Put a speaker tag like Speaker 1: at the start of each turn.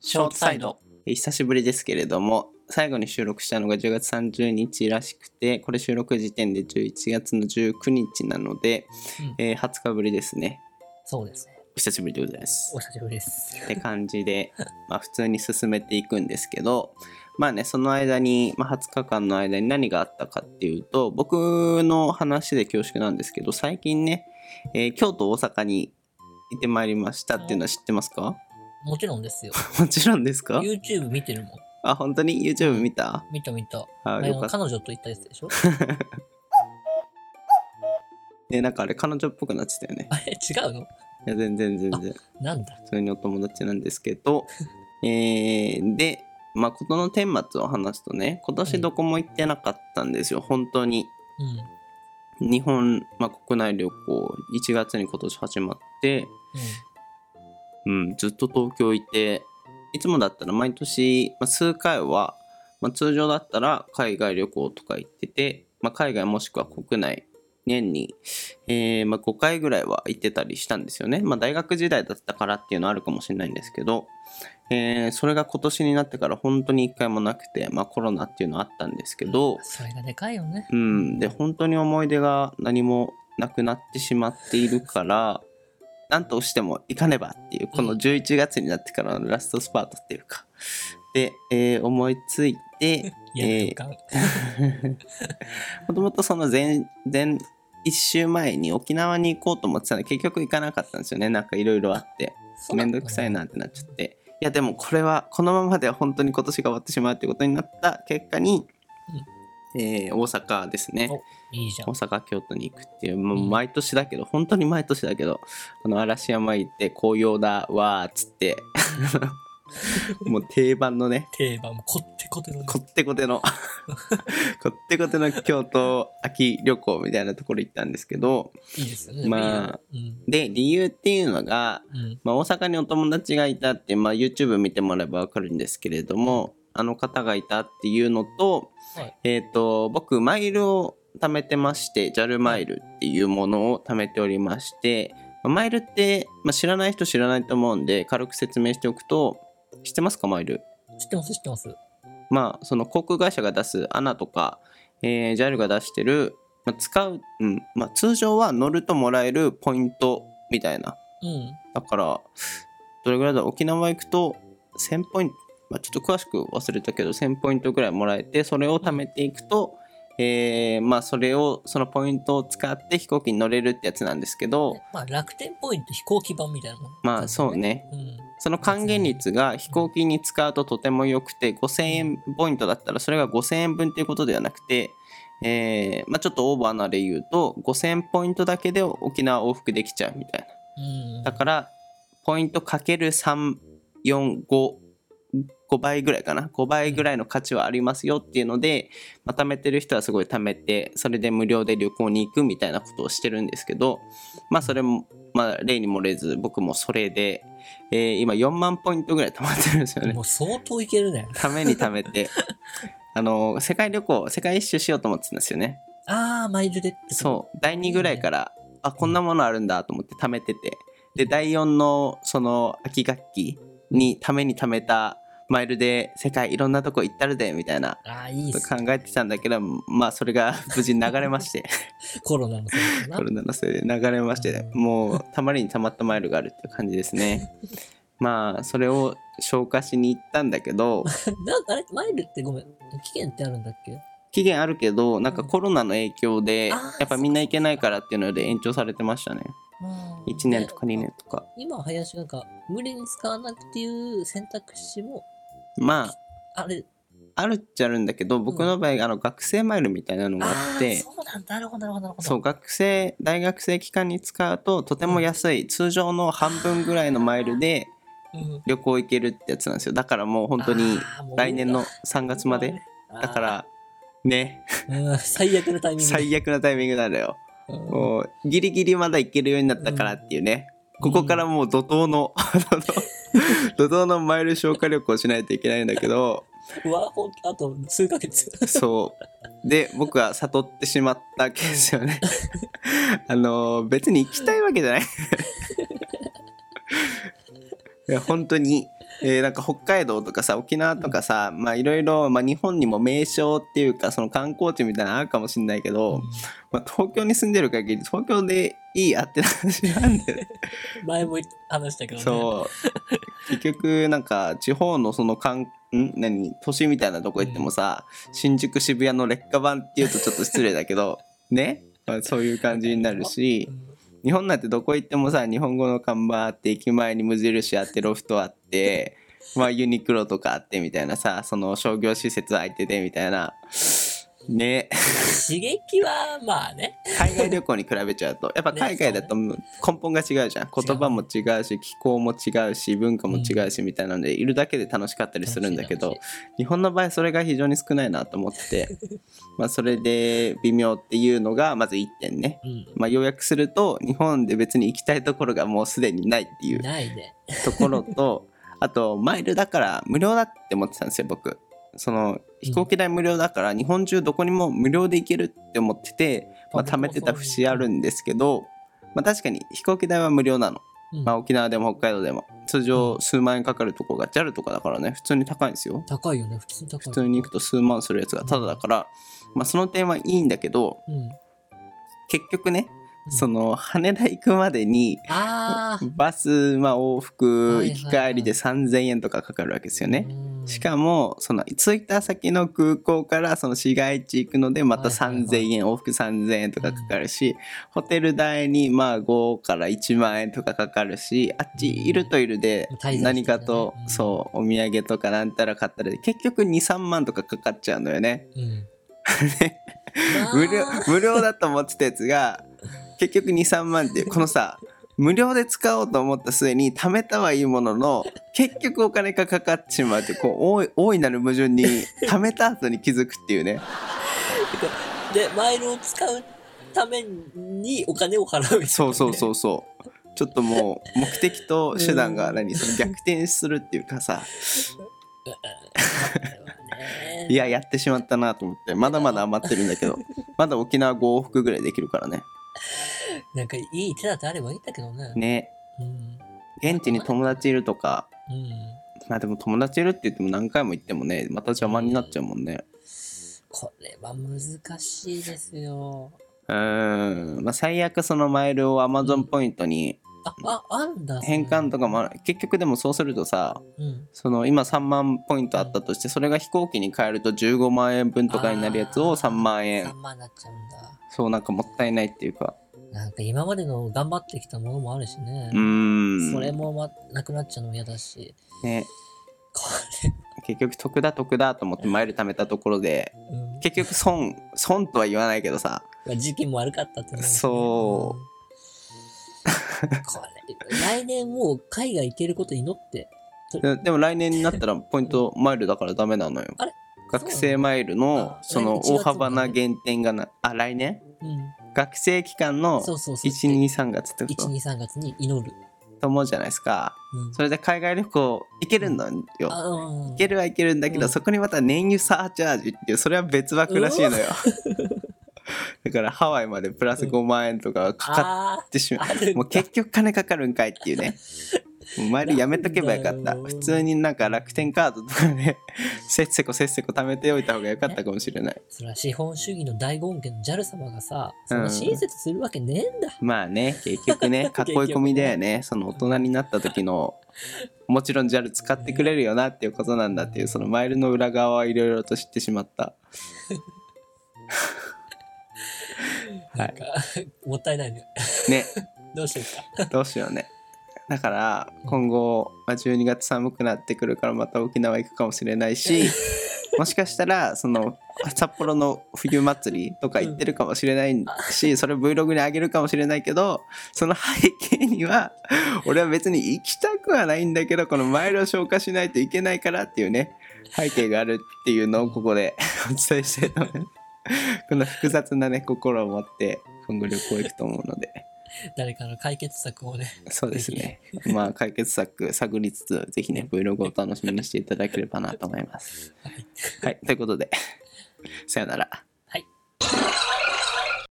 Speaker 1: ショートサイド。
Speaker 2: えー久しぶりですけれども最後に収録したのが10月30日らしくてこれ収録時点で11月の19日なので、
Speaker 1: うん
Speaker 2: えー20日ぶりですね
Speaker 1: そうですね。
Speaker 2: お久しぶりでございます
Speaker 1: お久しぶりです。
Speaker 2: って感じで、 まあ、普通に進めていくんですけどまあねその間に、まあ、20日間の間に何があったかっていうと僕の話で恐縮なんですけど最近ね、えー京都大阪に行ってまいりましたっていうのは知ってますか
Speaker 1: もちろんですよ。
Speaker 2: もちろんですか
Speaker 1: YouTube 見てるもん。
Speaker 2: あ本当に YouTube 見た
Speaker 1: 見た見た。
Speaker 2: あ
Speaker 1: あ
Speaker 2: よ
Speaker 1: の
Speaker 2: かった
Speaker 1: 彼女と行ったやつで しょ
Speaker 2: ねなんかあれ彼女っぽくなってたよね
Speaker 1: あれ違うの
Speaker 2: いや全然全然
Speaker 1: なんだ
Speaker 2: 普通にお友達なんですけどえー、でまあ事の顛末を話すとね今年どこも行ってなかったんですよ本当に
Speaker 1: うん。
Speaker 2: 日本、まあ、国内旅行1月に今年始まって、うん、ずっと東京いていつもだったら毎年、まあ、数回は、まあ、通常だったら海外旅行とか行ってて、まあ、海外もしくは国内年に、えーまあ、5回ぐらいは行ってたりしたんですよね、まあ、大学時代だったからっていうのはあるかもしれないんですけど、えーそれが今年になってから本当に1回もなくて、まあ、コロナっていうのはあったんですけど、
Speaker 1: うん。それがでかいよね。
Speaker 2: うん、で本当に思い出が何もなくなってしまっているから何としても行かねばっていうこの
Speaker 1: うん
Speaker 2: 11月になってからのラストスパートっていうかで、えー思いつい て
Speaker 1: いや、
Speaker 2: えー
Speaker 1: 予感
Speaker 2: もともとその前前1週前に沖縄に行こうと思ってたの結局行かなかったんですよねなんかいろいろあって
Speaker 1: そう
Speaker 2: め
Speaker 1: なん
Speaker 2: ん
Speaker 1: だ
Speaker 2: どくさいなってなっちゃっていやでもこれはこのままでは本当に今年が終わってしまうってことになった結果に、えー大阪ですね
Speaker 1: いいじゃん
Speaker 2: 大。阪京都に行くっていうもううん毎年だけど、本当に毎年だけどあの嵐山行って紅葉だわーっつって もう定番のね
Speaker 1: 定番もこってこてのね
Speaker 2: こってこて のこってこての京都秋旅行みたいなところ行ったんですけど
Speaker 1: いいですよね。
Speaker 2: まあ
Speaker 1: いいよね
Speaker 2: で理由っていうのが、
Speaker 1: うん。うん。
Speaker 2: まあ、大阪にお友達がいたって、まあ、YouTube 見てもらえばわかるんですけれどもあの方がいたっていうのと,、
Speaker 1: はい
Speaker 2: えー、と僕マイルを貯めてまして JAL マイルっていうものを貯めておりましてまあマイルって、まあ、知らない人知らないと思うんで軽く説明しておくと知ってますかマイル
Speaker 1: 知ってます、知ってます。
Speaker 2: まあその航空会社が出す ANA とか、えー JAL が出してる、まあ、使う、うんまあ、通常は乗るともらえるポイントみたいな
Speaker 1: うん。
Speaker 2: だから、どれぐらいだろう沖縄行くと1000ポイント、まあ、ちょっと詳しく忘れたけど、1000ポイントぐらいもらえて、それを貯めていくと、えーまあ、それを、そのポイントを使って飛行機に乗れるってやつなんですけど
Speaker 1: ね、まあ、楽天ポイント飛行機版みたいなもん。
Speaker 2: まあ、そう。ね。
Speaker 1: うん。
Speaker 2: その還元率が飛行機に使うととても良くて、5000円ポイントだったら、それが5000円分っていうことではなくて、えーまあ、ちょっとオーバーな例言うと、5000ポイントだけで沖縄往復できちゃうみたいな。
Speaker 1: うん。
Speaker 2: だから、ポイントかける3、4、5、5倍ぐらいかな。5倍ぐらいの価値はありますよっていうので、まあ、貯めてる人はすごい貯めて、それで無料で旅行に行くみたいなことをしてるんですけど、まあそれも、まあ例に漏れず、僕もそれで、えー今4万ポイントぐらい貯まってるんですよね
Speaker 1: も。う相当いけるね。
Speaker 2: ために貯めて。あの、世界旅行、世界一周しようと思ってたんですよね。
Speaker 1: ああ、マイルでってこと
Speaker 2: そう第2ぐらいからあこんなものあるんだと思って貯めててで第4のその秋学期にために貯めたマイルで世界いろんなとこ行ったるでみたいな
Speaker 1: ああ、いいっ
Speaker 2: こと
Speaker 1: すね。
Speaker 2: 考えてたんだけどまあそれが 無事に流れまして
Speaker 1: コロナのせいか な
Speaker 2: コ。ロナのせいで流れまして
Speaker 1: うん
Speaker 2: もうたまりにたまったマイルがあるっていう感じです ねまあそれを消化しに行ったんだけ ど
Speaker 1: なあれマイルってごめん期限ってあるんだっけ
Speaker 2: 期限あるけどなんかコロナの影響で
Speaker 1: あー
Speaker 2: やっぱみんな行けないからっていうので延長されてましたね1年とか2
Speaker 1: ね
Speaker 2: 年とか
Speaker 1: 今林なんか無理に使わなくていう選択肢も
Speaker 2: まあ
Speaker 1: あれ
Speaker 2: あるっちゃあるんだけど僕の場合、あの学生マイルみたいなのがあっ
Speaker 1: あー
Speaker 2: て
Speaker 1: そうなんだなるほどなるほどなるほど
Speaker 2: そう学生大学生期間に使うととても安い、通常の半分ぐらいのマイルで
Speaker 1: うん
Speaker 2: 旅行行けるってやつなんですよだからもう本当に
Speaker 1: あーもう
Speaker 2: 来年の3月まで
Speaker 1: あー
Speaker 2: だからね
Speaker 1: うん最悪のタイミング
Speaker 2: 最悪なタイミングなんだよ
Speaker 1: うん
Speaker 2: もうギリギリまだ行けるようになったからっていうね、
Speaker 1: うん
Speaker 2: ここからもう怒涛 の怒涛のマイル消化旅行をしないといけないんだけど
Speaker 1: うわほんあと数ヶ月
Speaker 2: そう。で、僕は悟ってしまったわけですよね。あの、別に行きたいわけじゃない。いや、本当に、えーなんか北海道とかさ沖縄とかさ、まあいろいろ、まあ、日本にも名所っていうかその観光地みたいなのあるかもしれないけど、まあ、東京に住んでる限り東京でいいやって話なんで、ね、
Speaker 1: 前も話したけどね。
Speaker 2: そう結局なんか地方のその観ん何都市みたいなとこ行ってもさ、新宿渋谷の劣化版っていうとちょっと失礼だけど ね、まあ、そういう感じになるし
Speaker 1: うん
Speaker 2: 日本なんてどこ行ってもさ日本語の看板あって駅前に無印あってロフトあってまあユニクロとかあってみたいなさその商業施設空いててみたいなね
Speaker 1: 刺激はまあね。
Speaker 2: 海外旅行に比べちゃうとやっぱ海外だと根本が違うじゃん言葉も違うし気候も違うし文化も違うしみたいなのでいるだけで楽しかったりするんだけど
Speaker 1: 楽しい
Speaker 2: 日本の場合それが非常に少ないなと思って てまあそれで微妙っていうのがまず1点ね。
Speaker 1: 楽しい
Speaker 2: まあ、要約すると日本で別に行きたいところがもうすでにないってい
Speaker 1: うん。
Speaker 2: う
Speaker 1: ないね。
Speaker 2: ところ とあとマイルだから無料だって思ってたんですよ僕その飛行機代無料だから日本中どこにも無料で行けるって思ってて、まあ、貯めてた節あるんですけど、まあ、確かに飛行機代は無料なの、
Speaker 1: うん
Speaker 2: まあ、沖縄でも北海道でも通常数万円かかるとこが JAL とかだからね普通に高いんですよ
Speaker 1: 高いよね、普通に高い。
Speaker 2: 普通に行くと数万するやつがタダだから、まあ、その点はいいんだけど
Speaker 1: うん。うん
Speaker 2: 結局ねそ、の羽田行くまでに
Speaker 1: ああ。
Speaker 2: バス、まあ、往復
Speaker 1: はいはい
Speaker 2: 行き帰りで3000円とかかかるわけですよね。
Speaker 1: うん
Speaker 2: しかもその着いた先の空港からその市街地行くのでまた
Speaker 1: はいはいはい
Speaker 2: 3,000円往復3,000円とかかかるしホテル代にまあ5から1万円とかかかるしあっちいるといるで
Speaker 1: うん滞在してる
Speaker 2: 何かと
Speaker 1: ねうん
Speaker 2: そうお土産とかなんたら買ったらで結局23万とかかかっちゃうのよね。
Speaker 1: うん。
Speaker 2: 無料
Speaker 1: まあ
Speaker 2: 無料だと思ってたやつが結局23万っていうこのさ無料で使おうと思った末に貯めたはいいものの結局お金がかかってしまうってこう大い大いなる矛盾に貯めた後に気づくっていうね
Speaker 1: で、マイルを使うためにお金を払う、
Speaker 2: そうそう
Speaker 1: う。
Speaker 2: そうそうちょっともう目的と手段が
Speaker 1: うん
Speaker 2: 何その逆転するっていうかさ
Speaker 1: ね
Speaker 2: いややってしまったなと思ってまだまだ余ってるんだけどまだ沖縄5往復ぐらいできるからね
Speaker 1: なんかいい手だてあればいいんだけどね。
Speaker 2: ね
Speaker 1: うん。
Speaker 2: 現地に友達いるとか
Speaker 1: うん。
Speaker 2: まあでも友達いるって言っても何回も行ってもねまた邪魔になっちゃうもんね
Speaker 1: これは難しいですよ。
Speaker 2: うーんまあ最悪そのマイルを Amazon ポイントに
Speaker 1: あ、あ、あんだ。それ
Speaker 2: 変換とかもある結局でもそうするとさ
Speaker 1: うん。
Speaker 2: その今3万ポイントあったとしてそれが飛行機に変えると15万円分とかになるやつを3万
Speaker 1: 3
Speaker 2: 円
Speaker 1: 万になっちゃうんだ。
Speaker 2: そうなんかもったいないっていうか
Speaker 1: なんか今までの頑張ってきたものもあるしね
Speaker 2: う。ーん
Speaker 1: それも、ま、なくなっちゃうのも嫌だし。
Speaker 2: ね
Speaker 1: こ
Speaker 2: 結局得だ得だと思ってマイル貯めたところで
Speaker 1: れ、うん。
Speaker 2: 結局損損とは言わないけどさ
Speaker 1: まあ時期も悪かったって思うしね
Speaker 2: そう
Speaker 1: うん。これ、来年もう海外行けること祈って。
Speaker 2: ででも来年になったらポイントマイルだからダメなのよ
Speaker 1: あれ。
Speaker 2: 学生マイルのそ
Speaker 1: そうな
Speaker 2: の
Speaker 1: のあ
Speaker 2: 大幅な減点がな、あ、来年
Speaker 1: うん。
Speaker 2: 学生期間の
Speaker 1: そうそうそう。
Speaker 2: 1、2、3月ってこ
Speaker 1: 1、
Speaker 2: と
Speaker 1: 2、3月に祈る。
Speaker 2: と思うじゃないですか。
Speaker 1: うん。
Speaker 2: それで海外旅行行けるのよ。
Speaker 1: あうん。
Speaker 2: 行けるは行けるんだけど、
Speaker 1: うん
Speaker 2: そこにまた燃油サーチャージっていう、それは別枠らしいのよ。 だからハワイまでプラス5万円とかかか
Speaker 1: あ
Speaker 2: ってしまう
Speaker 1: あ。ある
Speaker 2: もう結局金かかるんかいっていうね。もうマイルやめとけばよかっ
Speaker 1: な
Speaker 2: た。
Speaker 1: んだよ
Speaker 2: 普通になんか楽天カードとかね、せっせこせっせこ貯めておいた方がよかったかもしれない。
Speaker 1: それは資本主義の大権限の JAL 様がさ、そん
Speaker 2: う
Speaker 1: なん親切するわけねえんだ。
Speaker 2: まあね、 結局ね、囲い込みだよね。その大人になった時の、もちろん JAL 使ってくれるよなっていうことなんだっていう、そのマイルの裏側はいろいろと知ってしまった。はい
Speaker 1: なんか、 もったいないね。
Speaker 2: ね、
Speaker 1: どうしてですか
Speaker 2: どうしようね。だから今後、まあ、12月寒くなってくるからまた沖縄行くかもしれないし もしかしたらその札幌の冬祭りとか行ってるかもしれないし、それ Vlog に上げるかもしれないけどその背景には 俺は別に行きたくはないんだけどこのマイルを消化しないといけないからっていうね背景があるっていうのをここで お伝えしたいと思います。この複雑なね心を持って今後旅行行くと思うので。
Speaker 1: 誰かの解決策をね。
Speaker 2: そうですね。まあ解決策探りつつ、ぜひね、Vlog を楽しみにしていただければなと思います。はい、ということで、さよなら。